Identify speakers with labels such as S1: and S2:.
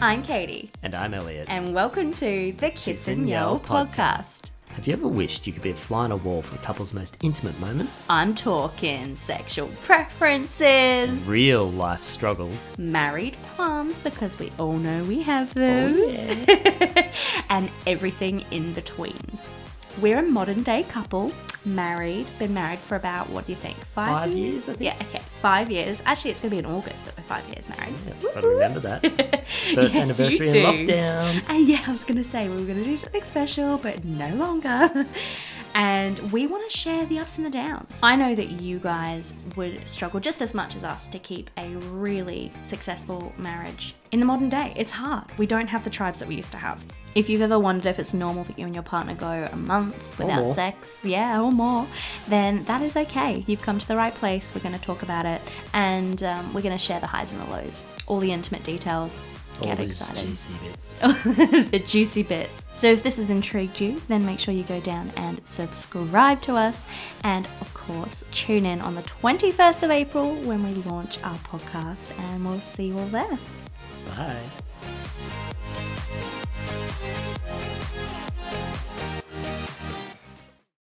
S1: I'm Katie,
S2: And I'm Elliot.
S1: and welcome to the Kiss and Yell podcast.
S2: Have you ever wished you could be a fly on a wall for a couple's most intimate moments?
S1: I'm talking sexual preferences,
S2: Real life struggles.
S1: married qualms, because we all know we have them,
S2: Oh,
S1: and everything in between. We're a modern day couple, married, been married for about, what do you think, five,
S2: Five years, I think.
S1: Yeah, okay, five years. Actually, it's going to be in August that we're five years married.
S2: Yeah, gotta remember that.
S1: Yes,
S2: First
S1: you
S2: anniversary in
S1: do.
S2: lockdown.
S1: And yeah, I was going to say we were going to do something special, but no longer. And we want to share the ups and the downs. I know that you guys would struggle just as much as us to keep a really successful marriage in the modern day. It's hard. We don't have the tribes that we used to have. If you've ever wondered if it's normal that you and your partner go a month without
S2: more.
S1: sex, yeah, or more, then that is okay. You've come to the right place. We're going to talk about it and um, we're going to share the highs and the lows, all the intimate details.
S2: All
S1: Get
S2: those
S1: excited Oh.
S2: juicy bits.
S1: the juicy bits. So if this has intrigued you, then make sure you go down and subscribe to us. And of course, tune in on the 21st of April when we launch our podcast, and we'll see you all there.
S2: Bye.